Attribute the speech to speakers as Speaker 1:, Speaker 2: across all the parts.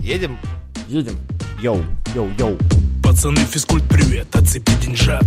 Speaker 1: Едем?
Speaker 2: Едем.
Speaker 1: Йоу, йоу, йоу.
Speaker 3: Пацаны, физкульт, привет, отцепи деньжат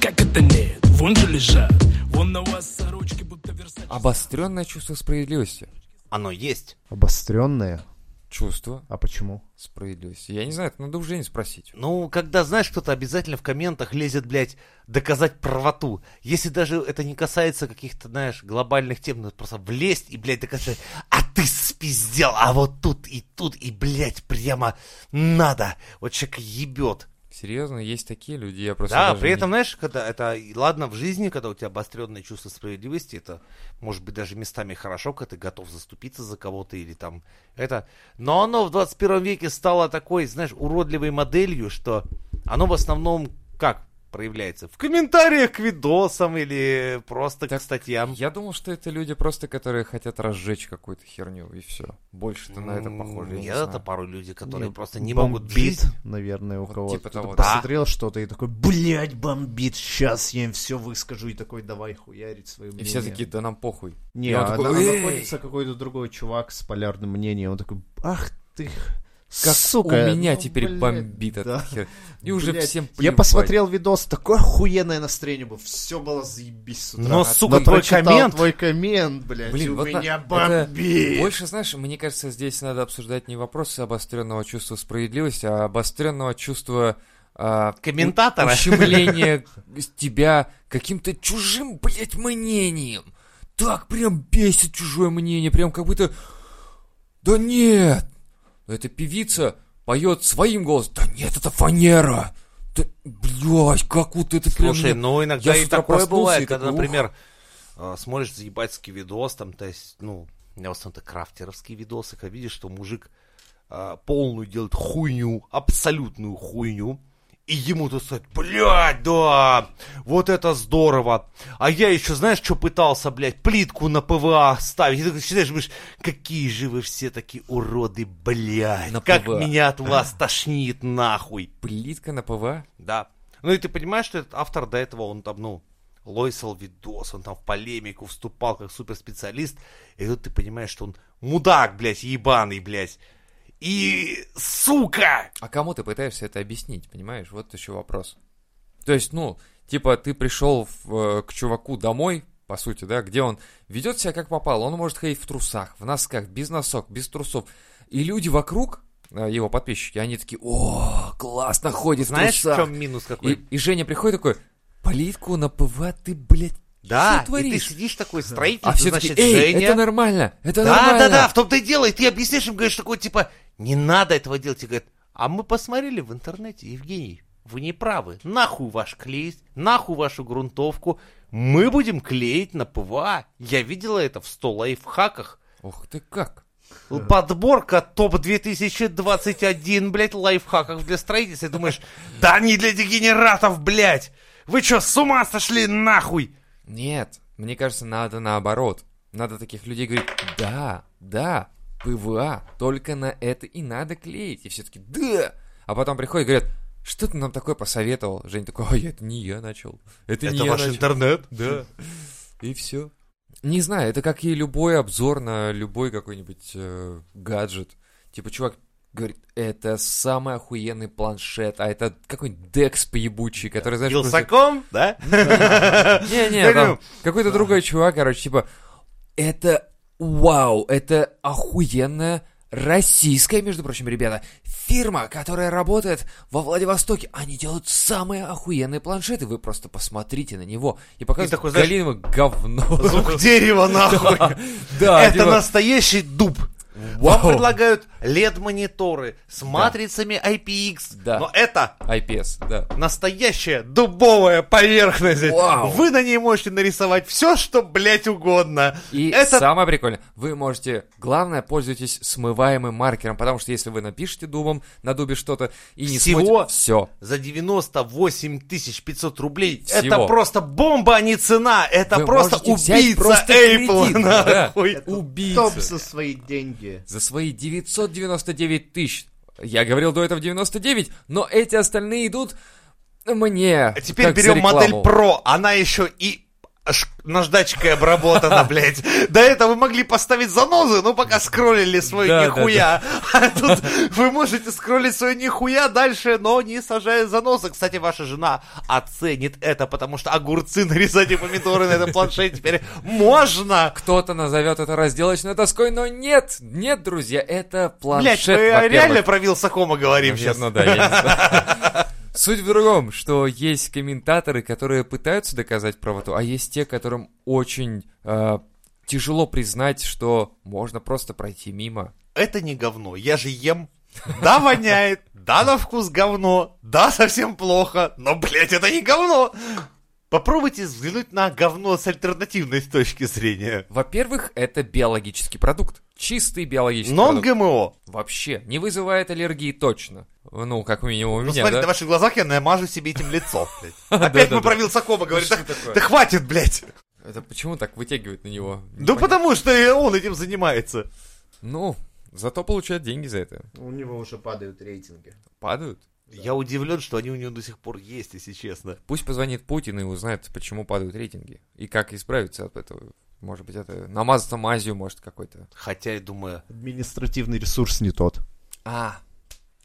Speaker 3: Как это нет, вон же лежат Вон на вас сорочки, будто версать
Speaker 2: Обостренное чувство справедливости.
Speaker 1: Оно есть.
Speaker 4: Обостренное?
Speaker 2: Чувство
Speaker 4: А почему?
Speaker 2: справедливости. Я не знаю, это надо у Жени спросить.
Speaker 1: Ну, когда, знаешь, кто-то обязательно в комментах лезет, блядь, доказать правоту. Если даже это не касается каких-то, знаешь, глобальных тем, ну, просто влезть и, блядь, доказать, а ты спиздел, а вот тут и тут, и, блядь, прямо надо. Вот человек ебет.
Speaker 2: Серьезно, есть такие люди, я просто
Speaker 1: да,
Speaker 2: даже
Speaker 1: при
Speaker 2: не-
Speaker 1: этом, знаешь, когда это, и ладно, в жизни, когда у тебя обостренное чувство справедливости, это, может быть, даже местами хорошо, когда ты готов заступиться за кого-то или там это. Но оно в 21 веке стало такой, знаешь, уродливой моделью, что оно в основном как проявляется? В комментариях к видосам или просто
Speaker 2: Так
Speaker 1: к статьям.
Speaker 2: Я думал, что это люди просто, которые хотят разжечь какую-то херню, и все. Больше-то на это
Speaker 1: М,
Speaker 2: похоже. я не
Speaker 1: Нет, это
Speaker 2: знаю.
Speaker 1: пару людей, которые
Speaker 4: Не,
Speaker 1: просто не могут
Speaker 4: бомбит,
Speaker 1: бить.
Speaker 4: наверное, у
Speaker 2: Вот
Speaker 4: кого-то.
Speaker 2: типа
Speaker 4: Ты
Speaker 2: того, да.
Speaker 4: посмотрел что-то и такой, блядь, бомбит, сейчас я им все выскажу. И такой, давай хуярить свое
Speaker 2: И
Speaker 4: мнение.
Speaker 2: все такие, да нам похуй.
Speaker 4: Не,
Speaker 2: И он
Speaker 4: а
Speaker 2: такой,
Speaker 4: на-
Speaker 2: «Эй!»
Speaker 4: находится какой-то другой чувак с полярным мнением. Он такой, ах ты,
Speaker 2: Как
Speaker 4: сука.
Speaker 2: у меня
Speaker 4: ну,
Speaker 2: теперь
Speaker 4: блядь,
Speaker 2: бомбит от
Speaker 4: да.
Speaker 2: этой херни. И уже
Speaker 4: Блядь,
Speaker 2: всем
Speaker 4: Я
Speaker 2: плевать.
Speaker 4: посмотрел видос, такое охуенное настроение было, все было заебись с утра.
Speaker 1: Но, сука, твой
Speaker 4: прочитал
Speaker 1: коммент-
Speaker 4: твой коммент, блядь,
Speaker 2: Блин,
Speaker 4: и у
Speaker 2: вот на-
Speaker 4: меня
Speaker 2: это
Speaker 4: бомбит.
Speaker 2: Больше, знаешь, мне кажется, здесь надо обсуждать не вопросы обостренного чувства справедливости, а обостренного чувства а,
Speaker 1: Комментатора.
Speaker 2: ущемления с тебя каким-то чужим, блядь, мнением. Так прям бесит чужое мнение, прям как будто... Да нет! Но эта певица поет своим голосом. Да нет, это фанера! Да, блядь, как вот это прям...
Speaker 1: Слушай,
Speaker 2: мне-
Speaker 1: ну иногда
Speaker 2: Я с
Speaker 1: и
Speaker 2: утра
Speaker 1: такое
Speaker 2: проснулся
Speaker 1: бывает,
Speaker 2: и
Speaker 1: когда,
Speaker 2: такой, ух.
Speaker 1: например, э, смотришь заебательский видос, там, то есть, ну, у меня в основном это крафтеровские видосы, когда видишь, что мужик э, полную делает хуйню, абсолютную хуйню, и ему тут сказать, блядь, да, вот это здорово. А я еще, знаешь, что пытался, блядь, плитку на ПВА ставить. И ты такой считаешь, думаешь, какие же вы все такие уроды, блядь.
Speaker 2: На
Speaker 1: как
Speaker 2: ПВА.
Speaker 1: меня от вас тошнит, нахуй.
Speaker 2: Плитка на ПВА?
Speaker 1: Да. Ну и ты понимаешь, что этот автор до этого, он там, ну, лойсал видос, он там в полемику вступал как суперспециалист, и тут ты понимаешь, что он мудак, блядь, ебаный, блядь. И, сука!
Speaker 2: А кому ты пытаешься это объяснить, понимаешь? Вот еще вопрос. То есть, ну, типа ты пришел в, э, к чуваку домой, по сути, да, где он ведет себя как попало. Он может ходить в трусах, в носках, без носок, без трусов. И люди вокруг, э, его подписчики, они такие, о, классно ходит
Speaker 1: Знаешь,
Speaker 2: в
Speaker 1: в
Speaker 2: трусах.
Speaker 1: чем минус какой?
Speaker 2: И, и Женя приходит такой, плитку на ПВА ты, блядь,
Speaker 1: да,
Speaker 2: что
Speaker 1: и ты
Speaker 2: творишь?
Speaker 1: сидишь такой строитель,
Speaker 2: а
Speaker 1: ты,
Speaker 2: все
Speaker 1: значит,
Speaker 2: такие, эй,
Speaker 1: Женя.
Speaker 2: это нормально, это
Speaker 1: да,
Speaker 2: нормально.
Speaker 1: да, да, в том-то и дело. И ты объясняешь им, говоришь, такой, типа, не надо этого делать. И говорят, а мы посмотрели в интернете, Евгений, вы не правы. Нахуй ваш клей, нахуй вашу грунтовку. Мы будем клеить на ПВА. Я видела это в 100 лайфхаках.
Speaker 2: Ох ты как.
Speaker 1: Подборка топ-2021, блядь, лайфхаков для строительства. И думаешь, да не для дегенератов, блядь. Вы что, с ума сошли нахуй?
Speaker 2: Нет, мне кажется, надо наоборот. Надо таких людей говорить, да, да, ПВА, только на это и надо клеить. И все таки да. А потом приходят и говорят, что ты нам такое посоветовал? Женя такой, ой, это не я начал. Это, не
Speaker 1: Это
Speaker 2: я
Speaker 1: ваш
Speaker 2: начал».
Speaker 1: интернет?
Speaker 2: Да. И все. Не знаю, это как и любой обзор на любой какой-нибудь э, гаджет. Типа, чувак говорит, это самый охуенный планшет, а это какой-нибудь Декс поебучий, который, знаешь, просто-
Speaker 1: Вилсаком, да?
Speaker 2: не-не,
Speaker 1: Я
Speaker 2: там
Speaker 1: говорю,
Speaker 2: какой-то другой чувак, короче, типа, это вау, это охуенная российская, между прочим, ребята, фирма, которая работает во Владивостоке. Они делают самые охуенные планшеты, вы просто посмотрите на него. И показывают
Speaker 1: такой, знаешь,
Speaker 2: Галимова говно.
Speaker 1: Звук дерева, нахуй.
Speaker 2: Да,
Speaker 1: Это
Speaker 2: типа,
Speaker 1: настоящий дуб. Вам
Speaker 2: вау.
Speaker 1: предлагают LED-мониторы с матрицами IPX.
Speaker 2: Да.
Speaker 1: Но это
Speaker 2: IPS, да.
Speaker 1: настоящая дубовая поверхность.
Speaker 2: Вау.
Speaker 1: Вы на ней можете нарисовать все, что, блядь, угодно.
Speaker 2: И
Speaker 1: это...
Speaker 2: самое прикольное, вы можете, главное, пользуйтесь смываемым маркером, потому что если вы напишете дубом, на дубе что-то, и не
Speaker 1: Всего?
Speaker 2: все,
Speaker 1: За 98 500 рублей.
Speaker 2: Всего.
Speaker 1: Это просто бомба, а не цена. Это
Speaker 2: Вы
Speaker 1: просто
Speaker 2: можете взять
Speaker 1: убийца
Speaker 2: просто
Speaker 1: Apple.
Speaker 2: кредит, да.
Speaker 1: нахуй.
Speaker 2: убийца.
Speaker 4: Топ за свои деньги.
Speaker 2: за свои 999 тысяч. Я говорил до этого 99, но эти остальные идут мне.
Speaker 1: А Теперь
Speaker 2: как за
Speaker 1: берем модель
Speaker 2: рекламу.
Speaker 1: Pro. Она еще и аж наждачкой обработана, блядь. До этого вы могли поставить занозы, но пока скроллили свой
Speaker 2: Да, да,
Speaker 1: нихуя. А тут вы можете скроллить свой нихуя дальше, но не сажая занозы. Кстати, ваша жена оценит это, потому что огурцы нарезать и помидоры на этом планшете теперь можно.
Speaker 2: Кто-то назовет это разделочной доской, но нет, нет, друзья, это
Speaker 1: Блядь,
Speaker 2: планшет,
Speaker 1: мы
Speaker 2: во-первых.
Speaker 1: реально про Вилсакома говорим сейчас.
Speaker 2: Наверно, да, я не знаю. Суть в другом, что есть комментаторы, которые пытаются доказать правоту, а есть те, которым очень э, тяжело признать, что можно просто пройти мимо.
Speaker 1: это не говно, я же ем. Да, воняет, да, на вкус говно, да, совсем плохо, но, блядь, это не говно. Попробуйте взглянуть на говно с альтернативной точки зрения.
Speaker 2: Во-первых, это биологический продукт. Чистый биологический продукт.
Speaker 1: Нон-ГМО.
Speaker 2: Вообще, не вызывает аллергии точно. Ну, как минимум у
Speaker 1: Ну,
Speaker 2: меня,
Speaker 1: смотри,
Speaker 2: да?
Speaker 1: на ваших глазах я намажу себе этим лицо, блядь. Опять
Speaker 2: да,
Speaker 1: мы
Speaker 2: да.
Speaker 1: про Вилсакома говорим.
Speaker 2: что
Speaker 1: Да-
Speaker 2: такое?
Speaker 1: Да хватит, блядь.
Speaker 2: Это почему так вытягивает на него?
Speaker 1: Да
Speaker 2: Непонятно.
Speaker 1: потому что и он этим занимается.
Speaker 2: Ну, зато получают деньги за это.
Speaker 4: У него уже падают рейтинги.
Speaker 2: Падают.
Speaker 1: Я удивлен, что они у него до сих пор есть, если честно.
Speaker 2: Пусть позвонит Путин и узнает, почему падают рейтинги. И как исправиться от этого. Может быть, это намазаться мазью, может, какой-то.
Speaker 1: Хотя, я думаю,
Speaker 4: Административный ресурс не тот.
Speaker 2: А,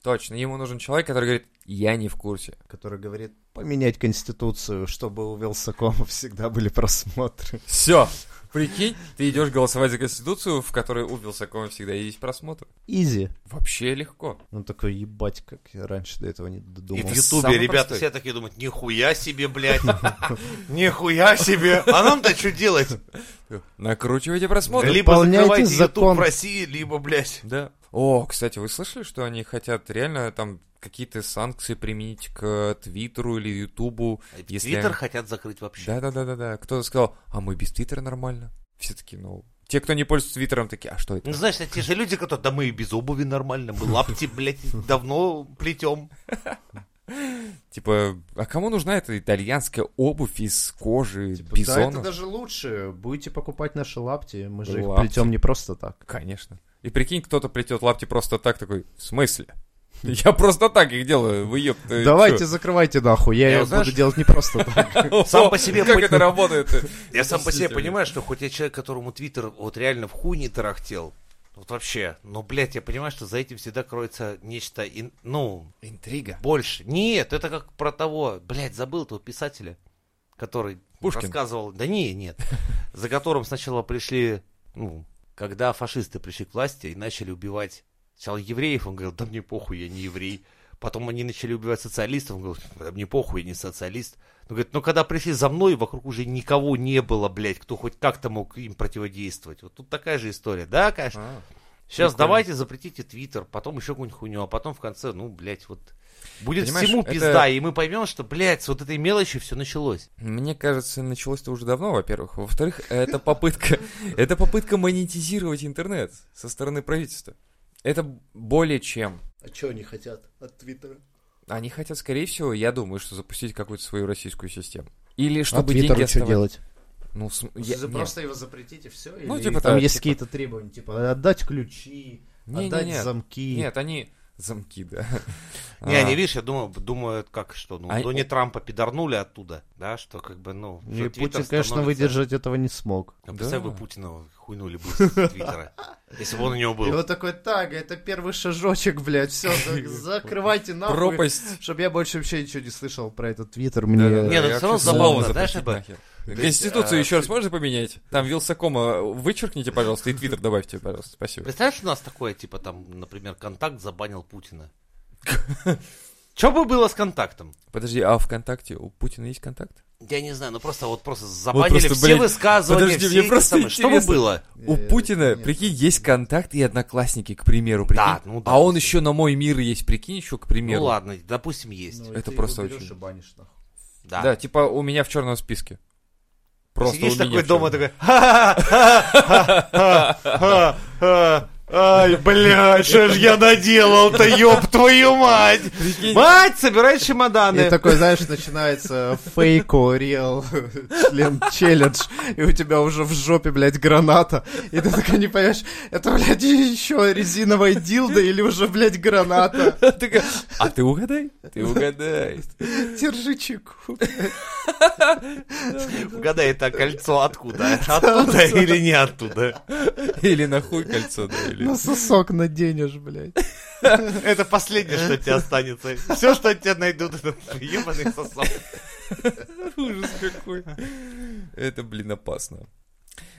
Speaker 2: точно. Ему нужен человек, который говорит, я не в курсе.
Speaker 4: Который говорит, поменять конституцию, чтобы у Вилсакома всегда были просмотры.
Speaker 2: Все. Прикинь, ты идешь голосовать за Конституцию, в которой у Вилсакома всегда есть просмотр.
Speaker 4: Изи.
Speaker 2: Вообще легко.
Speaker 4: Он такой, ебать, как я раньше до этого не додумался.
Speaker 1: И в
Speaker 2: Думал,
Speaker 1: Ютубе
Speaker 2: самый
Speaker 1: ребята
Speaker 2: простой.
Speaker 1: все такие думают, нихуя себе, блядь, нихуя себе, а нам-то что делать?
Speaker 2: Накручивайте просмотр.
Speaker 1: Либо
Speaker 4: Выполняйте
Speaker 1: закрывайте Ютуб
Speaker 4: закон.
Speaker 1: в России, либо, блядь.
Speaker 2: Да. О, кстати, вы слышали, что они хотят реально там какие-то санкции применить к Твиттеру или Ютубу? если
Speaker 1: Твиттер
Speaker 2: они-
Speaker 1: хотят закрыть вообще.
Speaker 2: Да-да-да-да-да. Кто-то сказал, а мы без Твиттера нормально. Все таки ну... Те, кто не пользуется Твиттером, такие, а что это?
Speaker 1: Ну, знаешь, это те же люди, которые, да мы и без обуви нормально, мы лапти, блядь, давно плетем.
Speaker 2: Типа, а кому нужна эта итальянская обувь из кожи
Speaker 4: Типа, Да,
Speaker 2: бизона?
Speaker 4: это даже лучше. Будете покупать наши лапти, мы же
Speaker 2: Лапти.
Speaker 4: их плетем не просто так.
Speaker 2: Конечно. И прикинь, кто-то плетет лапти просто так, такой, в смысле? Я просто так их делаю, вы ёб... ты
Speaker 4: Давайте
Speaker 2: Э, чё?»
Speaker 4: закрывайте нахуй, я,
Speaker 1: Я
Speaker 4: его
Speaker 1: знаешь-
Speaker 4: буду делать не просто так.
Speaker 1: Сам по себе
Speaker 2: Как
Speaker 1: пот-
Speaker 2: это работает?
Speaker 1: Я сам по себе
Speaker 2: Действительно.
Speaker 1: понимаю, что хоть я человек, которому Твиттер вот реально в хуй не тарахтел, вот вообще, но, блядь, я понимаю, что за этим всегда кроется нечто, ин- ну,
Speaker 2: Интрига.
Speaker 1: Больше. Нет, это как про того, блядь, забыл того писателя, который
Speaker 2: Пушкин.
Speaker 1: рассказывал. Да не, нет. За которым сначала пришли, ну, когда фашисты пришли к власти и начали убивать сначала евреев, он говорил, да мне похуй, я не еврей. Потом они начали убивать социалистов, он говорил, да мне похуй, я не социалист. Он говорит, ну когда пришли за мной, вокруг уже никого не было, блядь, кто хоть как-то мог им противодействовать. Вот тут такая же история, да, конечно.
Speaker 2: А.
Speaker 1: Сейчас
Speaker 2: Прикольно.
Speaker 1: давайте запретите Твиттер, потом еще какую-нибудь хуйню, а потом в конце, ну, блядь, вот... Будет
Speaker 2: Понимаешь,
Speaker 1: всему
Speaker 2: это-
Speaker 1: пизда, и мы поймем, что, блядь, с вот этой мелочи все началось.
Speaker 2: Мне кажется, началось-то уже давно, во-первых. Во-вторых, это попытка, это попытка монетизировать интернет со стороны правительства. Это более чем.
Speaker 4: А что они хотят от Твиттера?
Speaker 2: Они хотят, скорее всего, я думаю, что запустить какую-то свою российскую систему. Или
Speaker 4: А
Speaker 2: чтобы деньги
Speaker 4: Твиттеру что
Speaker 2: оставались-
Speaker 4: делать?
Speaker 2: Ну, см- я- нет.
Speaker 4: Просто его запретите, все?
Speaker 2: Ну,
Speaker 4: Или
Speaker 2: типа
Speaker 4: там
Speaker 2: да,
Speaker 4: есть
Speaker 2: типа-
Speaker 4: какие-то требования, типа отдать ключи,
Speaker 2: Не-не-не.
Speaker 4: отдать замки.
Speaker 2: Нет, они замки, да.
Speaker 1: Не,
Speaker 2: А,
Speaker 1: они, видишь, я думаю, думаю, это как что, ну,
Speaker 2: А-
Speaker 1: Дони Трампа пидорнули оттуда, да, что как бы, ну...
Speaker 4: Ну,
Speaker 1: что
Speaker 4: и
Speaker 1: Твиттер
Speaker 4: Путин, конечно,
Speaker 1: становится-
Speaker 4: выдержать этого не смог.
Speaker 1: А Представь,
Speaker 2: Да.
Speaker 1: бы Путина хуйнули бы с Твиттера, если бы он у него
Speaker 4: И
Speaker 1: был.
Speaker 4: вот такой, так, это первый шажочек, блядь, все, закрывайте нахуй.
Speaker 2: Пропасть.
Speaker 4: Чтобы я больше вообще ничего не слышал про этот Твиттер,
Speaker 2: Да-да-да,
Speaker 4: мне...
Speaker 1: Не, ну,
Speaker 2: я
Speaker 1: всё равно
Speaker 2: чувствую,
Speaker 1: забавно,
Speaker 2: слово
Speaker 1: знаешь,
Speaker 2: запретить
Speaker 1: типа, а,
Speaker 2: нахер. Конституцию еще раз можно поменять? Там Вилсакома вычеркните, пожалуйста, и Твиттер добавьте, пожалуйста. Спасибо.
Speaker 1: Представляешь, у нас такое, типа, там, например, контакт забанил Путина. Что бы было с контактом?
Speaker 2: Подожди, а ВКонтакте у Путина есть контакт?
Speaker 1: Я не знаю, ну просто вот просто забанили
Speaker 2: просто,
Speaker 1: все
Speaker 2: блядь,
Speaker 1: высказывания,
Speaker 2: подожди,
Speaker 1: все
Speaker 2: мне
Speaker 1: эти
Speaker 2: просто
Speaker 1: самые. Что бы
Speaker 2: интересно.
Speaker 1: было?
Speaker 2: ну, У
Speaker 4: Э,
Speaker 2: Путина,
Speaker 4: нет.
Speaker 2: прикинь, есть контакт и одноклассники, к примеру, прикинь.
Speaker 1: Да, ну да.
Speaker 2: А он еще на мой мир есть, прикинь, еще, к примеру.
Speaker 1: Ну ладно, допустим, есть.
Speaker 4: Ну, и
Speaker 2: Это
Speaker 4: ты его
Speaker 2: просто
Speaker 4: берёшь
Speaker 2: очень-
Speaker 4: и банишь, нахуй.
Speaker 1: да.
Speaker 2: Да, типа у меня в черном списке. Просто
Speaker 1: Сидишь
Speaker 2: у меня
Speaker 1: такой
Speaker 2: в
Speaker 1: дома,
Speaker 2: чёрном.
Speaker 1: такой... «Ха-ха-ха-ха-ха-ха-ха-ха». Ай, блядь, что ж я наделал-то, ёб твою мать! Мать, собирай чемоданы!
Speaker 4: И такой, знаешь, начинается фейко, реал, член челлендж, и у тебя уже в жопе, блядь, граната. И ты такой не поймешь, это, блядь, еще резиновая дилда или уже, блядь, граната.
Speaker 2: Такая, А ты угадай, ты угадай.
Speaker 4: Держи чеку.
Speaker 1: Угадай, это кольцо откуда? Оттуда или не оттуда?
Speaker 2: Или нахуй кольцо, да, или...
Speaker 1: Ну,
Speaker 4: На сосок наденешь, блядь.
Speaker 1: Это последнее, что тебе останется. Все, что от тебя найдут, это ебаный сосок.
Speaker 2: Ужас какой. Это, блин, опасно.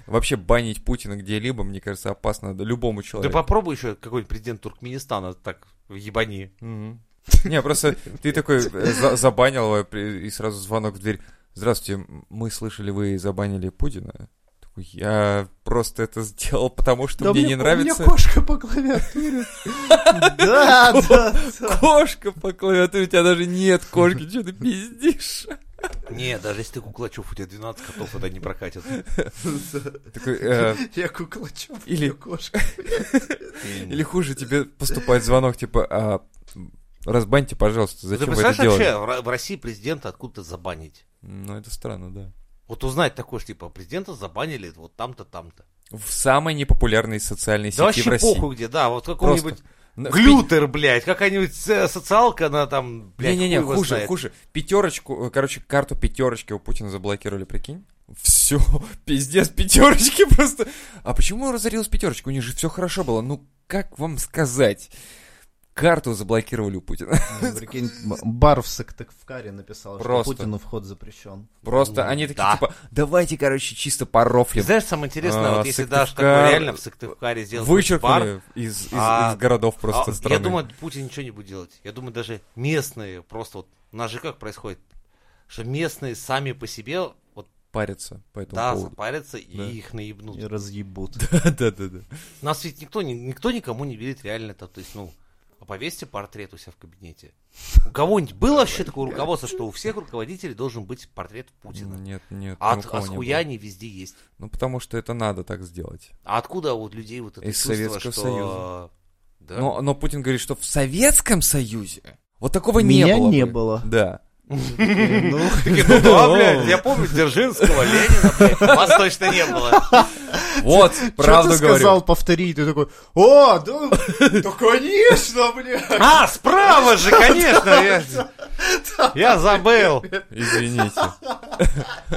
Speaker 2: Вообще банить Путина где-либо, мне кажется, опасно да, любому
Speaker 1: Да
Speaker 2: человеку.
Speaker 1: попробуй еще какой-нибудь президент Туркменистана так в ебани.
Speaker 2: Мгм. Не, просто ты такой э, за- забанил его, при- и сразу звонок в дверь. Здравствуйте, м, мы слышали, вы забанили Путина. Такой, Я просто это сделал, потому что мне не
Speaker 4: У
Speaker 2: нравится.
Speaker 4: меня кошка по клавиатуре. Да, да.
Speaker 2: Кошка по клавиатуре, у тебя даже нет кошки, что ты пиздишь?
Speaker 1: Не, даже если ты куклачев, у тебя 12 котов, это не прокатит.
Speaker 2: Такой, э,
Speaker 4: Я куклачок,
Speaker 2: Или-
Speaker 4: я кошка.
Speaker 2: или хуже, тебе поступает звонок, типа, а, разбаньте, пожалуйста,
Speaker 1: Ты
Speaker 2: зачем вы это
Speaker 1: представляешь вообще
Speaker 2: делали?
Speaker 1: в Ро- в России президента откуда-то забанить?
Speaker 2: Ну, это странно, да.
Speaker 1: Вот узнать такое, что типа президента забанили вот там-то, там-то.
Speaker 2: В самой непопулярной социальной
Speaker 1: Да
Speaker 2: сети в
Speaker 1: вообще
Speaker 2: России.
Speaker 1: похуй где, да, вот
Speaker 2: Просто.
Speaker 1: какой-нибудь
Speaker 2: На-
Speaker 1: глютер, блядь, какая-нибудь э, социалка, она там, блядь,
Speaker 2: Не-не-не,
Speaker 1: хуй его
Speaker 2: хуже,
Speaker 1: знает.
Speaker 2: хуже. Пятерочку, э, короче, карту пятерочки у Путина заблокировали, прикинь? Все, пиздец, пятерочки просто. А почему разорилась пятерочка? У них же все хорошо было. Ну, как вам сказать? Карту заблокировали у Путина.
Speaker 4: Ну, Прикинь, Бар в Сыктывкаре написал, что
Speaker 2: Просто.
Speaker 4: Путину вход запрещен.
Speaker 2: Просто они такие,
Speaker 1: Ну да.
Speaker 2: типа, давайте, короче, чисто
Speaker 1: Ты
Speaker 2: порофлим.
Speaker 1: знаешь, самое интересное,
Speaker 2: А,
Speaker 1: вот если
Speaker 2: Сыктывкар-
Speaker 1: даже такое реально в Сыктывкаре сделать бар,
Speaker 2: Вычеркнули из, из-
Speaker 1: А,
Speaker 2: из городов
Speaker 1: а,
Speaker 2: просто страны.
Speaker 1: я думаю, Путин ничего не будет делать. Я думаю, даже местные просто вот, у нас же как происходит, что местные сами по себе вот
Speaker 2: Парятся по этому
Speaker 1: да,
Speaker 2: поводу.
Speaker 1: запарятся и
Speaker 2: Да.
Speaker 1: их
Speaker 2: Ну.
Speaker 1: наебнут.
Speaker 4: И разъебут.
Speaker 2: Да-да-да.
Speaker 1: Нас ведь никто, не- никто никому не верит реально то, то есть, ну, а повесьте портрет у себя в кабинете. У кого-нибудь было вообще такое руководство, что у всех руководителей должен быть портрет Путина?
Speaker 2: Нет, нет.
Speaker 1: А
Speaker 2: ни
Speaker 1: от
Speaker 2: у кого
Speaker 1: а
Speaker 2: не было.
Speaker 1: схуя они везде есть.
Speaker 2: Ну, потому что это надо так сделать.
Speaker 1: А откуда вот людей вот это
Speaker 2: Из
Speaker 1: чувство,
Speaker 2: Советского
Speaker 1: что...
Speaker 2: Союза. Ну,
Speaker 1: Да.
Speaker 2: Но, но Путин говорит, что в Советском Союзе вот такого не
Speaker 4: Меня
Speaker 2: было.
Speaker 4: не
Speaker 2: бы.
Speaker 4: было.
Speaker 2: Да.
Speaker 4: Ну,
Speaker 1: Такие, ну да, блядь, я помню Дзержинского, Ленина, блядь, вас точно не было.
Speaker 2: Вот, правду
Speaker 4: ты
Speaker 2: говорю.
Speaker 4: сказал, повтори, и ты такой, о, да, да конечно, бля.
Speaker 1: А, справа же, конечно, я, я забыл.
Speaker 2: Извините.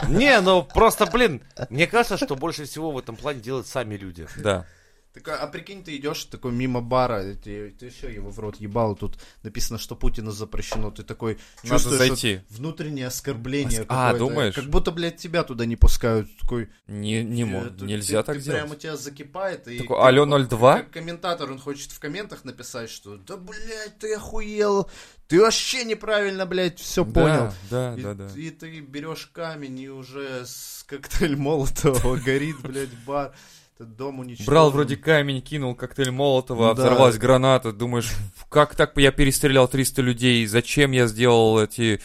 Speaker 1: Не, ну просто, блин, мне кажется, что больше всего в этом плане делают сами люди.
Speaker 2: Да.
Speaker 4: Такой, а прикинь, ты идешь такой мимо бара, и ты, ты еще его в рот ебал, тут написано, что Путину запрещено, ты такой
Speaker 2: Надо
Speaker 4: чувствуешь
Speaker 2: зайти.
Speaker 4: вот внутреннее оскорбление
Speaker 2: А,
Speaker 4: какое-то.
Speaker 2: думаешь?
Speaker 4: Как будто, блядь, тебя туда не пускают. Такой,
Speaker 2: Не, не мо-
Speaker 4: э, тут
Speaker 2: нельзя
Speaker 4: ты-
Speaker 2: так
Speaker 4: ты
Speaker 2: делать.
Speaker 4: прям у тебя закипает. И
Speaker 2: Такой,
Speaker 4: ты
Speaker 2: алло,
Speaker 4: вот
Speaker 2: 02?
Speaker 4: Как комментатор, он хочет в комментах написать, что да, блядь, ты охуел, ты вообще неправильно, блядь, все понял.
Speaker 2: Да,
Speaker 4: И,
Speaker 2: да, да. да.
Speaker 4: и ты берешь камень и уже с коктейль Молотова горит, блядь, бар. Ты дому ничего.
Speaker 2: Брал вроде камень, кинул коктейль Молотова, а
Speaker 4: Да.
Speaker 2: взорвалась граната. Думаешь, как так я перестрелял 300 людей? Зачем я сделал эти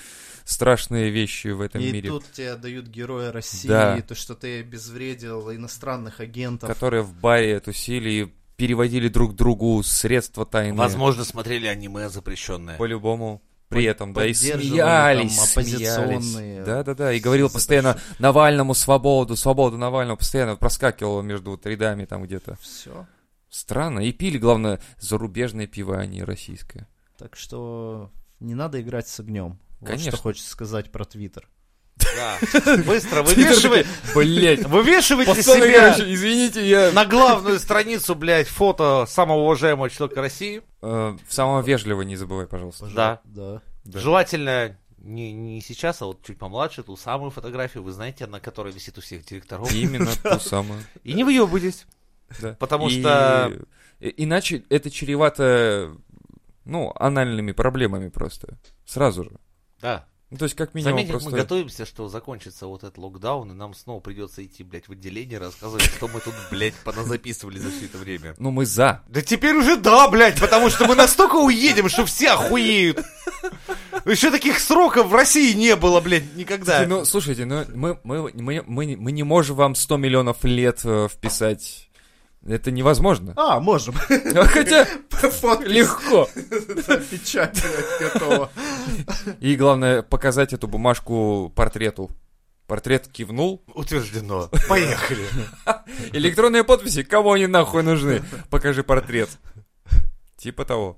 Speaker 2: страшные вещи в этом
Speaker 4: И
Speaker 2: мире?
Speaker 4: тут тебе дают героя России,
Speaker 2: Да.
Speaker 4: то, что ты обезвредил иностранных агентов.
Speaker 2: Которые в баре тусили и переводили друг другу средства тайные.
Speaker 1: Возможно, смотрели аниме запрещенное.
Speaker 2: По-любому. При этом, да, и
Speaker 4: поддерживали
Speaker 2: смеялись,
Speaker 4: там
Speaker 2: оппозиционные.
Speaker 4: оппозиционные
Speaker 2: Да-да-да, и говорил
Speaker 4: за
Speaker 2: постоянно Навальному свободу, свободу Навального, постоянно проскакивал между вот рядами там где-то.
Speaker 4: Все.
Speaker 2: Странно, и пили, главное, зарубежное пиво, а не российское.
Speaker 4: Так что не надо играть с огнем. Вот
Speaker 2: Конечно.
Speaker 4: что хочется сказать про Твиттер.
Speaker 1: Да. Быстро вывешивай.
Speaker 2: Блять,
Speaker 1: Вывешивайте
Speaker 2: пацаны,
Speaker 1: себя
Speaker 2: короче, извините, я... э,
Speaker 1: на главную страницу, блядь, фото самого уважаемого человека России.
Speaker 2: Э, самого вежливого не забывай, пожалуйста.
Speaker 1: Да.
Speaker 4: Да.
Speaker 2: Да.
Speaker 1: Желательно не, не сейчас, а вот чуть помладше, ту самую фотографию, вы знаете, на которой висит у всех директоров.
Speaker 2: Именно ту самую.
Speaker 1: И не выебывайтесь.
Speaker 2: Да.
Speaker 1: Потому
Speaker 2: И-
Speaker 1: что-
Speaker 2: и- Иначе это чревато, ну, анальными проблемами просто. Сразу же.
Speaker 1: Да.
Speaker 2: Ну, то есть, как минимум,
Speaker 1: Заметьте, как
Speaker 2: просто...
Speaker 1: мы готовимся, что закончится вот этот локдаун, и нам снова придется идти, блядь, в отделение рассказывать, что мы тут, блядь, поназаписывали за все это время.
Speaker 2: Ну, мы за.
Speaker 1: Да теперь уже да, блядь, потому что мы настолько уедем, что все охуеют. Еще таких сроков в России не было, блядь, никогда.
Speaker 2: Ну, слушайте, ну, мы, мы, мы, мы, не- мы не можем вам 100 миллионов лет э, вписать Это невозможно.
Speaker 4: А, можем.
Speaker 2: Ну, Хотя
Speaker 4: Подпись.
Speaker 2: легко.
Speaker 4: Печать, блядь, готова.
Speaker 2: И главное, показать эту бумажку портрету. Портрет кивнул.
Speaker 1: Утверждено. Поехали.
Speaker 2: Электронные подписи, кому они нахуй нужны? Покажи портрет. Типа того.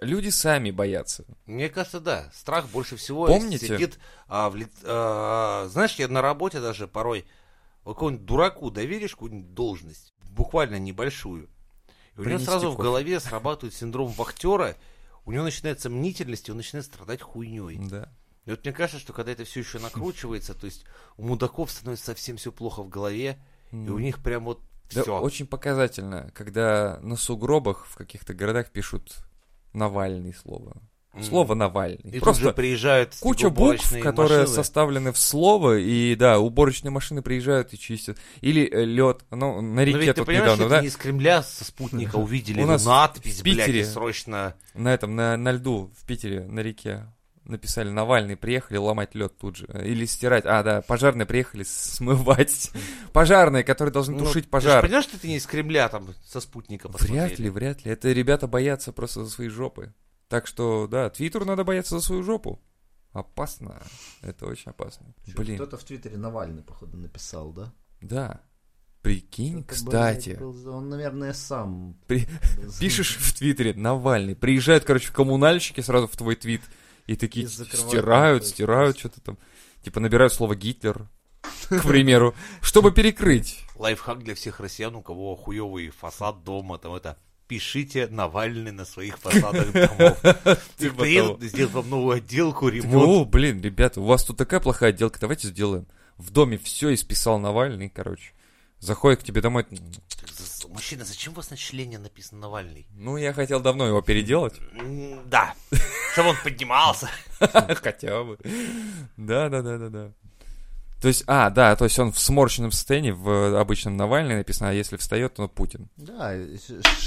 Speaker 2: Люди сами боятся.
Speaker 1: Мне кажется, да. Страх больше всего
Speaker 2: Помните?
Speaker 1: сидит а, в ли- а, знаешь, я на работе даже порой какому-нибудь дураку доверишь какую-нибудь должность, буквально небольшую. И у него
Speaker 2: Принести
Speaker 1: сразу в
Speaker 2: кофе.
Speaker 1: голове срабатывает синдром вахтера, у него начинается мнительность, и он начинает страдать хуйней.
Speaker 2: Да.
Speaker 1: И вот мне кажется, что когда это все еще накручивается, то есть у мудаков становится совсем все плохо в голове, и у них прям вот
Speaker 2: Да,
Speaker 1: все.
Speaker 2: очень показательно, когда на сугробах в каких-то городах пишут Навальный слово. Слово Навальный.
Speaker 1: И тут же
Speaker 2: Просто
Speaker 1: приезжают
Speaker 2: куча букв,
Speaker 1: стегоуборочные
Speaker 2: которые
Speaker 1: машины.
Speaker 2: составлены в слово, и да, уборочные машины приезжают и чистят. Или лед, ну, на
Speaker 1: Но
Speaker 2: реке
Speaker 1: ведь ты
Speaker 2: тут
Speaker 1: понимаешь,
Speaker 2: недавно,
Speaker 1: что
Speaker 2: да?
Speaker 1: это не из Кремля со спутника увидели
Speaker 2: У
Speaker 1: ну,
Speaker 2: нас
Speaker 1: надпись,
Speaker 2: в
Speaker 1: блядь, и
Speaker 2: Питере.
Speaker 1: срочно...
Speaker 2: На этом, на, на льду в Питере, на реке написали Навальный, приехали ломать лед тут же. Или стирать. А, да, пожарные приехали смывать. Пожарные, которые должны
Speaker 1: ну,
Speaker 2: тушить
Speaker 1: Ты же
Speaker 2: пожар.
Speaker 1: понимаешь, что это не из Кремля там со спутника посмотрели?
Speaker 2: Вряд ли, вряд ли. Это ребята боятся просто за свои жопы. Так что, да, Твиттеру надо бояться за свою жопу. Опасно. Это очень опасно. Блин,
Speaker 4: Кто-то в Твиттере Навальный, походу, написал, да?
Speaker 2: да. Прикинь,
Speaker 4: Это,
Speaker 2: кстати.
Speaker 4: блядь, был- Он, наверное, сам...
Speaker 2: При- Пишешь в Твиттере Навальный. Приезжают, короче, коммунальщики сразу в твой твит. И такие
Speaker 4: И закрывают
Speaker 2: стирают,
Speaker 4: твой
Speaker 2: стирают что-то там. Типа набирают слово Гитлер, к примеру, чтобы перекрыть.
Speaker 1: Лайфхак для всех россиян, у кого хуёвый фасад дома, там это... Пишите Навальный на своих фасадах домов. Ты
Speaker 2: Типа того.
Speaker 1: приедут, сделают вам новую отделку, ремонт.
Speaker 2: Ну, блин, ребята, у вас тут такая плохая отделка, давайте сделаем. В доме все исписал Навальный, короче. Заходит к тебе домой.
Speaker 1: Так, за- Мужчина, зачем у вас на члене написано Навальный?
Speaker 2: Ну, я хотел давно его переделать.
Speaker 1: М, Да, чтобы он поднимался.
Speaker 2: а Хотя бы. Да, да, да, да, да. То есть, а, да, то есть он в сморщенном состоянии, в э, обычном Навальный написано, а если встает, то Путин.
Speaker 4: Да,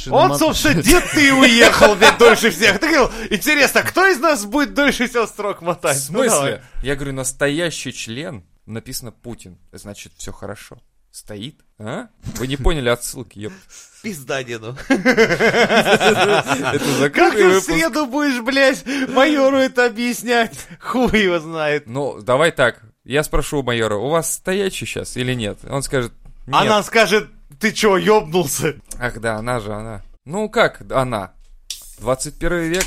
Speaker 1: Вот,
Speaker 4: Вот,
Speaker 1: собственно, дед ты и уехал, блядь, дольше всех. Ты говорил, интересно, кто из нас будет дольше всех строк мотать? Ну,
Speaker 2: В смысле? Я говорю, настоящий член, написано Путин. Значит, все хорошо. Стоит? А? Вы не поняли отсылки, ёп.
Speaker 1: Пизда деду.
Speaker 2: Это
Speaker 1: А. Как
Speaker 2: закрытый
Speaker 1: ты в
Speaker 2: выпуск.
Speaker 1: среду будешь, блядь, майору это объяснять? Хуй его знает.
Speaker 2: Ну, давай так. Я спрошу у майора, у вас стоячий сейчас или нет? Он скажет, нет.
Speaker 1: Она скажет, ты чё, ёбнулся?
Speaker 2: Ах да, она же она. Ну как она? 21 век.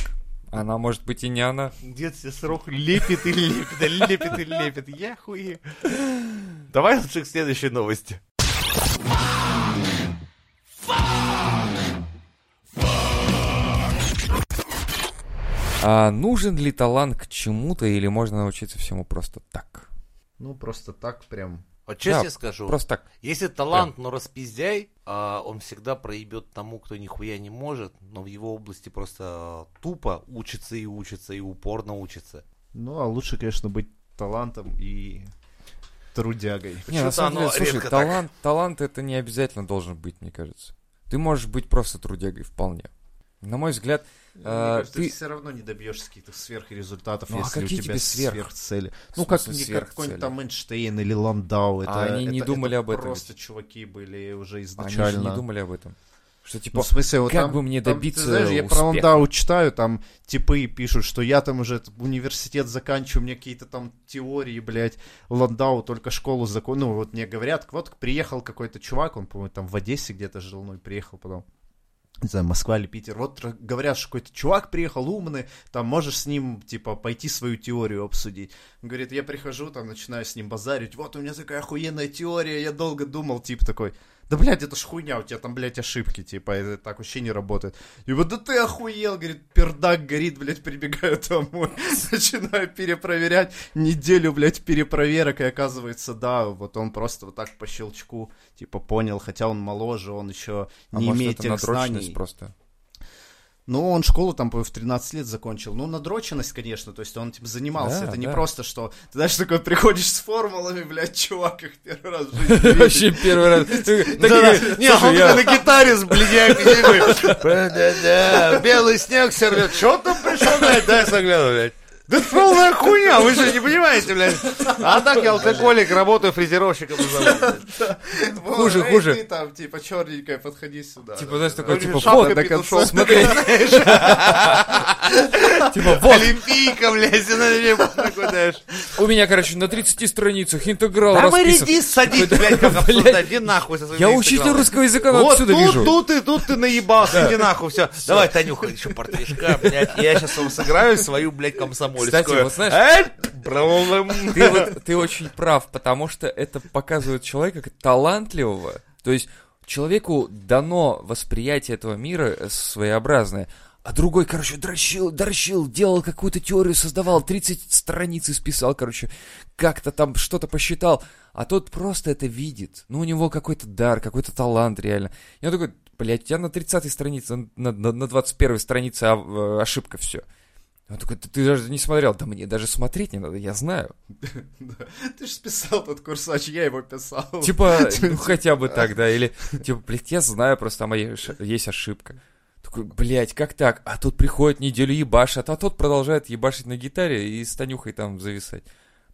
Speaker 2: Она может быть и не она.
Speaker 1: Дед все срок лепит и лепит, да лепит и лепит. Я хуе. Давай лучше к следующей новости.
Speaker 2: А нужен ли талант к чему-то или можно научиться всему просто так?
Speaker 4: Ну, просто так прям...
Speaker 1: Вот честно
Speaker 2: честно Да, я
Speaker 1: скажу,
Speaker 2: Просто так.
Speaker 1: Если талант, но распиздяй, а, он всегда проебет тому, кто нихуя не может, но в его области просто тупо учится и учится, и упорно учится.
Speaker 4: Ну, а лучше, конечно, быть талантом и трудягой.
Speaker 2: Не, на
Speaker 1: Почему-то
Speaker 2: самом деле,
Speaker 1: оно
Speaker 2: слушай,
Speaker 1: редко так.
Speaker 2: талант, талант это не обязательно должен быть, мне кажется. Ты можешь быть просто трудягой вполне. На мой взгляд,
Speaker 1: Ну,
Speaker 2: А,
Speaker 4: Ну, Мне кажется,
Speaker 2: ты-
Speaker 4: ты все равно не добьешься каких-то сверхрезультатов,
Speaker 2: Ну, а
Speaker 4: если
Speaker 2: какие
Speaker 4: у тебя
Speaker 2: тебе сверх?
Speaker 4: сверхцели.
Speaker 2: В
Speaker 4: Ну, как,
Speaker 2: смысле
Speaker 4: не как
Speaker 2: сверхцели?
Speaker 4: какой-нибудь там Эйнштейн или Ландау. Это,
Speaker 2: А они не
Speaker 4: это-
Speaker 2: думали
Speaker 4: это
Speaker 2: об этом
Speaker 4: Просто чуваки были уже
Speaker 2: А, они же
Speaker 4: изначально.
Speaker 2: не думали об этом. Что
Speaker 4: Ну,
Speaker 2: типа,
Speaker 4: в смысле, вот
Speaker 2: как
Speaker 4: там-
Speaker 2: бы мне
Speaker 4: там,
Speaker 2: добиться
Speaker 4: ты знаешь, я про
Speaker 2: успеха?
Speaker 4: Ландау читаю, там типы пишут, что я там уже этот университет заканчиваю, у меня какие-то там теории, блядь, Ландау только школу закон... Ну, вот мне говорят, вот приехал какой-то чувак, он, по-моему, там в Одессе где-то жил, ну, и приехал потом. Не знаю, Москва или Питер. Вот р- говорят, что какой-то чувак приехал умный, там можешь с ним, типа, пойти свою теорию обсудить. Он говорит, я прихожу, там начинаю с ним базарить, вот у меня такая охуенная теория, я долго думал, типа такой, да, блядь, это ж хуйня, у тебя там, блядь, ошибки, типа, это так вообще не работает. И вот, да ты охуел, говорит, пердак горит, блядь, прибегаю домой, начинаю перепроверять, неделю, блядь, перепроверок, и оказывается, да, вот он просто вот так по щелчку, типа, понял, хотя он моложе, он еще
Speaker 2: а
Speaker 4: не
Speaker 2: может
Speaker 4: имеет
Speaker 2: это
Speaker 4: тех
Speaker 2: надроченность
Speaker 4: знаний.
Speaker 2: просто?
Speaker 4: Ну, он школу там по-моему, в 13 лет закончил. Ну, надроченность, конечно, то есть он типа занимался.
Speaker 2: Да,
Speaker 4: это не
Speaker 2: да.
Speaker 4: просто, что ты знаешь, такой приходишь с формулами, блядь, чувак, их первый раз в жизни видишь.
Speaker 2: Вообще первый раз. Ты- такие, а
Speaker 1: Не, а он
Speaker 2: «Слушай, я-
Speaker 1: такой на гитаре с бледнями. Э, такой, «Да-да-да, Белый снег сервет. Чё там пришел, блядь? Дай загляну, блядь. Да полная хуйня, вы же не понимаете, блядь. А так я алкоголик, работаю фрезеровщиком. на заводе. Хуже,
Speaker 4: Эй,
Speaker 1: хуже.
Speaker 4: ты там, типа, черненькая, подходи сюда.
Speaker 2: Типа,
Speaker 4: Да,
Speaker 2: знаешь,
Speaker 4: да,
Speaker 2: такой,
Speaker 4: да.
Speaker 2: типа,
Speaker 4: Шапка
Speaker 2: вот,
Speaker 4: до конца.
Speaker 2: Смотри. Типа, вот,
Speaker 1: Олимпийка, блядь, и на меня такой, знаешь.
Speaker 2: у меня, короче, на 30 страницах интеграл
Speaker 1: Да мы
Speaker 2: расписан.
Speaker 1: редис садить, блядь, как обсуждать. Иди нахуй со своими
Speaker 2: Я учитель
Speaker 1: инстаграмами.
Speaker 2: русского языка но
Speaker 1: Вот
Speaker 2: отсюда
Speaker 1: тут,
Speaker 2: вижу.
Speaker 1: тут и тут ты наебался, иди нахуй, все. Давай, Танюха, еще портвишка, блядь. Я сейчас вам сыграю свою, блядь, комсомольскую.
Speaker 2: Кстати, вот знаешь-
Speaker 1: Э, бролом.
Speaker 2: Ты, вот- ты очень прав, потому что это показывает человека как талантливого. То есть человеку дано восприятие этого мира своеобразное. А другой, короче, дрочил, дрочил, делал какую-то теорию, создавал, 30 страниц исписал, короче, как-то там что-то посчитал. А тот просто это видит. Ну, у него какой-то дар, какой-то талант реально. И он такой, блядь, у тебя на 30-й странице, на, на, на 21-й странице а, э, ошибка все. Он такой, ты, ты даже не смотрел. Да мне даже смотреть не надо, я знаю.
Speaker 4: Ты же списал тот курсач, я его писал.
Speaker 2: Типа, ну хотя
Speaker 1: а.
Speaker 2: бы так, да, или, типа, блядь, я знаю, просто там есть ошибка. Такой, блядь, как так? А тут приходит неделю ебашат, а тот продолжает ебашить на гитаре и с Танюхой там зависать.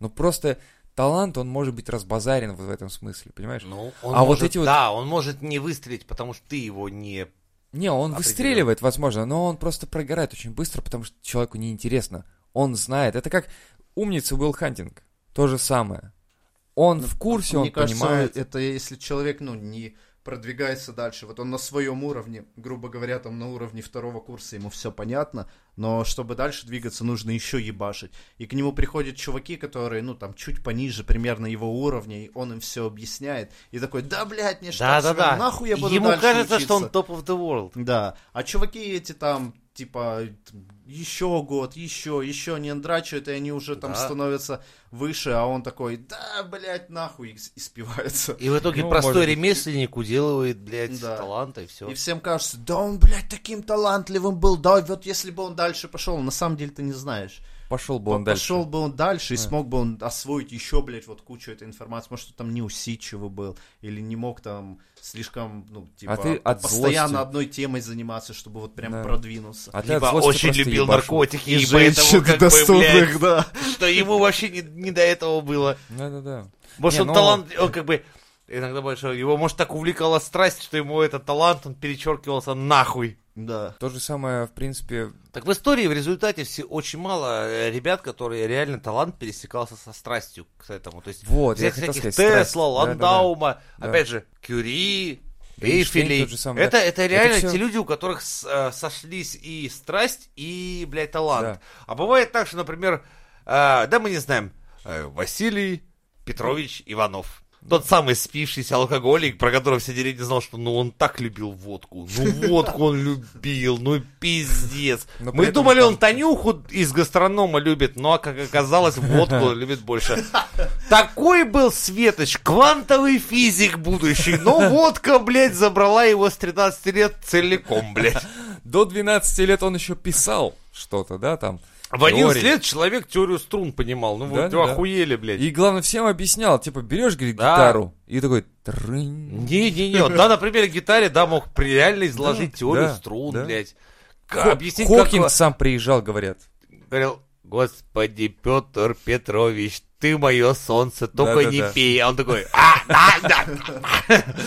Speaker 2: Ну просто талант, он может быть разбазарен вот в этом смысле, понимаешь?
Speaker 1: Ну, он
Speaker 2: А вот
Speaker 1: может,
Speaker 2: эти вот-
Speaker 1: Да, он может не выстрелить, потому что ты его не...
Speaker 2: Не, он
Speaker 1: Определенно.
Speaker 2: выстреливает, возможно, но он просто прогорает очень быстро, потому что человеку неинтересно. Он знает. Это как умница Уилл Хантинг. То же самое. Он
Speaker 1: Ну,
Speaker 2: в курсе, он
Speaker 4: Мне кажется,
Speaker 2: понимает.
Speaker 4: это если человек, ну, не продвигается дальше. Вот он на своем уровне, грубо говоря, там на уровне второго курса ему все понятно, но чтобы дальше двигаться, нужно еще ебашить. И к нему приходят чуваки, которые, ну, там, чуть пониже примерно его уровня, и он им все объясняет. И такой, да, блядь, мне что,
Speaker 1: Да-да-да.
Speaker 4: нахуй я буду
Speaker 1: Ему
Speaker 4: дальше
Speaker 1: кажется, что
Speaker 4: учиться?»
Speaker 1: он top of the world.
Speaker 4: Да. А чуваки эти там, типа, еще год, еще, еще не драчивают, и они уже там
Speaker 1: Да.
Speaker 4: становятся выше, а он такой, да, блядь, нахуй, и с- и спивается.
Speaker 1: И в итоге
Speaker 2: Ну,
Speaker 1: простой
Speaker 2: может быть.
Speaker 1: ремесленник уделывает, блядь,
Speaker 4: Да.
Speaker 1: таланта и все.
Speaker 4: И всем кажется, да он, блядь, таким талантливым был, да, вот если бы он дальше пошел, на самом деле ты не знаешь.
Speaker 2: Пошел бы он дальше.
Speaker 4: Пошел бы он дальше, и смог бы он освоить еще, блядь, вот кучу этой информации. Может, он там неусидчивый был, или не мог там слишком, ну, типа,
Speaker 2: А ты от
Speaker 4: постоянно
Speaker 2: злости.
Speaker 4: одной темой заниматься, чтобы вот прям
Speaker 2: Да.
Speaker 4: продвинуться.
Speaker 2: А ты от
Speaker 1: Либо
Speaker 2: злости
Speaker 1: очень
Speaker 2: просто
Speaker 1: любил
Speaker 2: ебашил.
Speaker 1: наркотики, и, поэтому, как бы, блядь,
Speaker 4: да.
Speaker 1: что ему вообще не, не до этого было.
Speaker 2: Да-да-да.
Speaker 1: Может,
Speaker 2: Не,
Speaker 1: он
Speaker 2: ну-
Speaker 1: талант, он как бы, иногда большой, его, может, так увлекала страсть, что ему этот талант, он перечеркивался нахуй.
Speaker 4: Да.
Speaker 2: То же самое, в принципе,
Speaker 1: Так в истории в результате все очень мало э, ребят, которые реально талант пересекался со страстью к этому. То есть
Speaker 2: Вот, я
Speaker 1: всех
Speaker 2: хотел
Speaker 1: всяких
Speaker 2: сказать,
Speaker 1: Тесла,
Speaker 2: страсть.
Speaker 1: Ландаума,
Speaker 2: Да-да-да.
Speaker 1: опять же, Кюри,
Speaker 2: Эйнштейн
Speaker 1: Эйфелей.
Speaker 2: тот же самый,
Speaker 1: это,
Speaker 2: да.
Speaker 1: это
Speaker 2: Это
Speaker 1: реально
Speaker 2: всё-
Speaker 1: те люди, у которых с- э, сошлись и страсть, и, блядь, талант.
Speaker 2: Да.
Speaker 1: А бывает так, что, например, э, да мы не знаем, э, Василий Петрович Иванов. Тот самый спившийся алкоголик, про которого все деревня знал, что ну он так любил водку. Ну водку он любил, ну пиздец.
Speaker 2: Но при
Speaker 1: Мы
Speaker 2: этом
Speaker 1: думали,
Speaker 2: там-
Speaker 1: он Танюху из гастронома любит, но, а, как оказалось, водку любит больше. Такой был Светоч, квантовый физик будущий, но водка, блядь, забрала его с 13 лет целиком, блядь.
Speaker 2: до 12 лет он еще писал что-то, да, там.
Speaker 1: В 11
Speaker 2: теории.
Speaker 1: лет человек теорию струн понимал, ну
Speaker 2: Да,
Speaker 1: вы
Speaker 2: да.
Speaker 1: охуели, блядь.
Speaker 2: И главное, всем объяснял, типа, берешь, говорит,
Speaker 1: Да.
Speaker 2: гитару, и такой, трынь.
Speaker 1: Не-не-не, он, да, на примере гитаре, да, мог при- реально изложить
Speaker 2: Да,
Speaker 1: теорию
Speaker 2: да,
Speaker 1: струн,
Speaker 2: да.
Speaker 1: блядь. Как,
Speaker 2: Хо-
Speaker 1: объяснить, как
Speaker 2: Хокинг сам приезжал, говорят.
Speaker 1: говорил, господи, Петр Петрович, ты мое солнце, только не
Speaker 2: Да-да-да.
Speaker 1: пей. А он такой, а, да, да.
Speaker 2: Ну,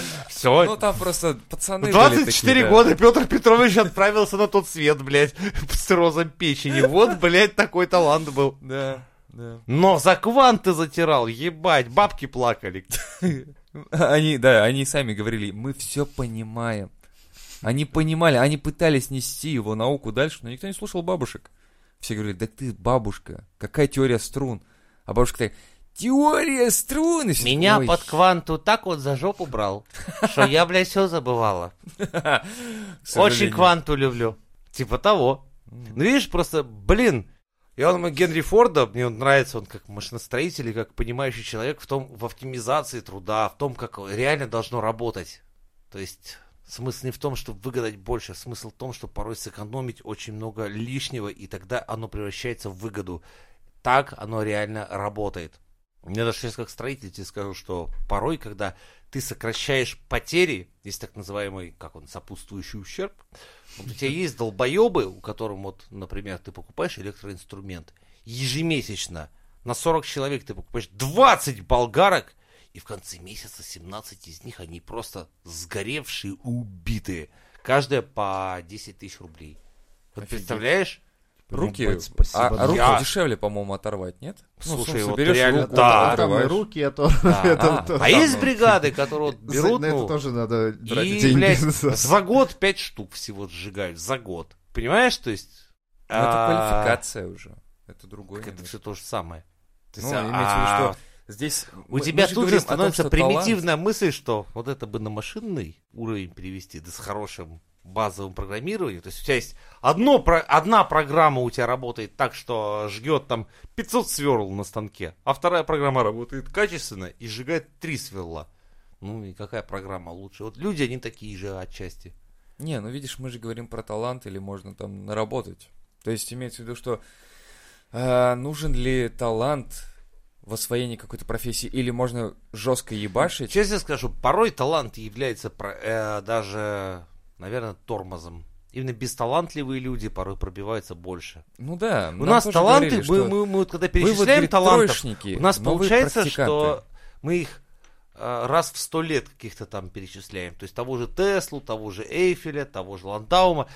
Speaker 1: Все.
Speaker 2: там просто пацаны были такие,
Speaker 1: 24
Speaker 2: да.
Speaker 1: года Петр Петрович отправился на тот свет, блядь, с циррозом печени. Вот, блядь, такой талант был.
Speaker 2: Да, да.
Speaker 1: Но за кванты затирал, ебать, бабки плакали.
Speaker 2: Они, да, они сами говорили, мы все понимаем. Они понимали, они пытались нести его науку дальше, но никто не слушал бабушек. Все говорили, да ты бабушка, какая теория струн? А бабушка так, теория струн! И все такие, «Ой,
Speaker 1: кванту так вот за жопу брал, что я, блядь, все забывала.
Speaker 2: к сожалению».
Speaker 1: Очень кванту люблю. Типа того. Ну, видишь, просто, блин. И он ему Генри Форда, мне он нравится, он как машиностроитель и как понимающий человек в том, в оптимизации труда, в том, как реально должно работать. То есть смысл не в том, чтобы выгадать больше, смысл в том, что порой сэкономить очень много лишнего, и тогда оно превращается в выгоду. Так оно реально работает. Мне даже сейчас как строитель тебе скажу, что порой, когда ты сокращаешь потери, есть так называемый, как он, сопутствующий ущерб, вот у тебя есть долбоебы, у которым вот, например, ты покупаешь электроинструмент, ежемесячно на 40 человек ты покупаешь 20 болгарок, и в конце месяца 17 из них они просто сгоревшие, убитые. Каждая по 10 тысяч рублей. Вот
Speaker 2: Офигеть.
Speaker 1: представляешь?
Speaker 2: Руки,
Speaker 4: Ебать, спасибо,
Speaker 2: а, а
Speaker 4: да.
Speaker 2: руки
Speaker 1: Я-
Speaker 2: дешевле, по-моему, оторвать, нет?
Speaker 1: Ну, Слушай,
Speaker 2: собственно,
Speaker 1: вот
Speaker 2: берешь
Speaker 1: реально,
Speaker 2: руку, Ну,
Speaker 1: да.
Speaker 4: Там и
Speaker 2: отрываешь.
Speaker 4: руки оторваны.
Speaker 1: Да.
Speaker 4: это
Speaker 2: А,
Speaker 4: то
Speaker 1: А
Speaker 4: самое.
Speaker 1: есть бригады, которые вот
Speaker 4: За-
Speaker 1: берут,
Speaker 4: на это
Speaker 1: ну,
Speaker 4: тоже надо тратить
Speaker 1: и,
Speaker 4: деньги.
Speaker 1: блядь,
Speaker 4: за-
Speaker 1: за год 5 штук всего сжигают, за год. Понимаешь, то есть...
Speaker 2: Ну, Это
Speaker 1: а,
Speaker 2: квалификация уже. Это другой.
Speaker 1: так Это
Speaker 2: немножко.
Speaker 1: все то же самое. То
Speaker 2: Ну,
Speaker 1: есть, а,
Speaker 2: имеется в виду, что здесь...
Speaker 1: У тебя тут же становится примитивная мысль, что вот это бы на машинный уровень перевести, да с хорошим базовым программированием. То есть у тебя есть одно, про- одна программа у тебя работает так, что жгет там 500 сверл на станке, а вторая программа работает качественно и сжигает 3 сверла. Ну и какая программа лучше? Вот люди, они такие же отчасти.
Speaker 2: Не, ну видишь, мы же говорим про талант или можно там наработать. То есть имеется в виду, что э, нужен ли талант в освоении какой-то профессии или можно жестко ебашить?
Speaker 1: Честно скажу, порой талант является про- э, даже, наверное, тормозом. Именно бесталантливые люди порой пробиваются больше.
Speaker 2: Ну да.
Speaker 1: У
Speaker 2: нам
Speaker 1: нас
Speaker 2: тоже
Speaker 1: таланты,
Speaker 2: говорили,
Speaker 1: мы,
Speaker 2: что
Speaker 1: мы- мы вот когда
Speaker 2: вы, вот,
Speaker 1: перечисляем
Speaker 2: говорит,
Speaker 1: талантов,
Speaker 2: троечники,
Speaker 1: у нас
Speaker 2: новые
Speaker 1: получается, что
Speaker 2: практиканты.
Speaker 1: мы их а, раз в сто лет каких-то там перечисляем. То есть того же Теслу, того же Эйфеля, того же Ландаума.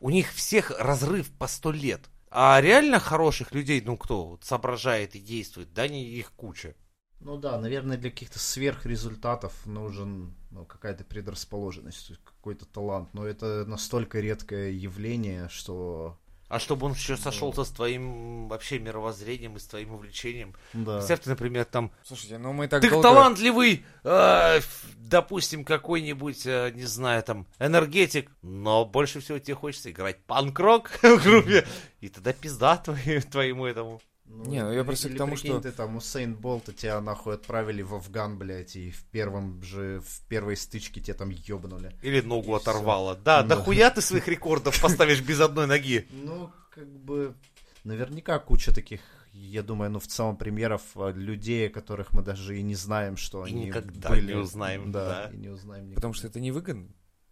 Speaker 1: У них всех разрыв по сто лет. А реально хороших людей, ну кто вот соображает и действует, да не их куча.
Speaker 4: Ну да, наверное, для каких-то сверхрезультатов нужен ну, какая-то предрасположенность, то есть какой-то талант. Но это настолько редкое явление, что...
Speaker 1: А чтобы он еще сошелся с твоим вообще мировоззрением и с твоим увлечением.
Speaker 4: Да.
Speaker 1: Представь, ты, например, там
Speaker 2: Слушайте, ну мы так
Speaker 1: Ты
Speaker 2: долго...
Speaker 1: талантливый, э, ф- допустим, какой-нибудь, э, не знаю, там, энергетик, но больше всего тебе хочется играть панк-рок в группе, и тогда пизда твои- твоему этому.
Speaker 2: Не, ну я
Speaker 4: или-
Speaker 2: просто к
Speaker 4: или
Speaker 2: тому,
Speaker 4: прикинь,
Speaker 2: что-
Speaker 4: ты там Усейн Болт, и тебя нахуй отправили в Афган, блядь, и в первом же, в первой стычке тебя там ёбнули.
Speaker 1: Или ногу
Speaker 4: И всё.
Speaker 1: оторвало. Да,
Speaker 4: Да.
Speaker 1: дохуя ты своих рекордов поставишь без одной ноги?
Speaker 4: Ну, как бы, наверняка куча таких, я думаю, ну, в целом примеров э, людей, о которых мы даже и не знаем, что
Speaker 1: И
Speaker 4: они
Speaker 1: никогда
Speaker 4: были.
Speaker 1: не узнаем, да.
Speaker 4: и не узнаем никогда.
Speaker 2: Потому что это невыгодно.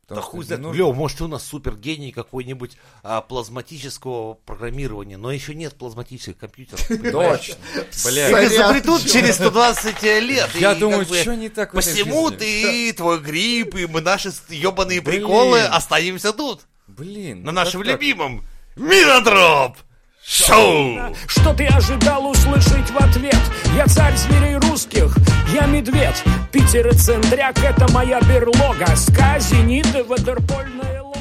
Speaker 1: Да
Speaker 2: Потому что
Speaker 1: хуй
Speaker 2: не
Speaker 1: знает.
Speaker 2: нужно.
Speaker 1: Лё, может, у нас супергений какой-нибудь а, плазматического программирования, но еще нет плазматических компьютеров. понимаешь?
Speaker 2: Точно.
Speaker 1: Их
Speaker 2: Блядь.
Speaker 4: Сорян,
Speaker 1: изобретут
Speaker 4: чё.
Speaker 1: через 120 лет. и
Speaker 2: Я
Speaker 1: как
Speaker 2: думаю,
Speaker 1: бы-
Speaker 2: что не так в этой
Speaker 1: Посему
Speaker 2: жизни?
Speaker 1: ты, твой грипп и мы наши ебаные
Speaker 2: Блин.
Speaker 1: приколы останемся тут,
Speaker 2: Блин.
Speaker 1: на
Speaker 2: как
Speaker 1: нашем
Speaker 2: так?
Speaker 1: любимом Миротроп Шоу!
Speaker 3: Что ты ожидал услышать в ответ? Я царь зверей русских, я медведь. Питер и Цендряк — это моя берлога. Скази, Ниды, Ватерпольная лодка.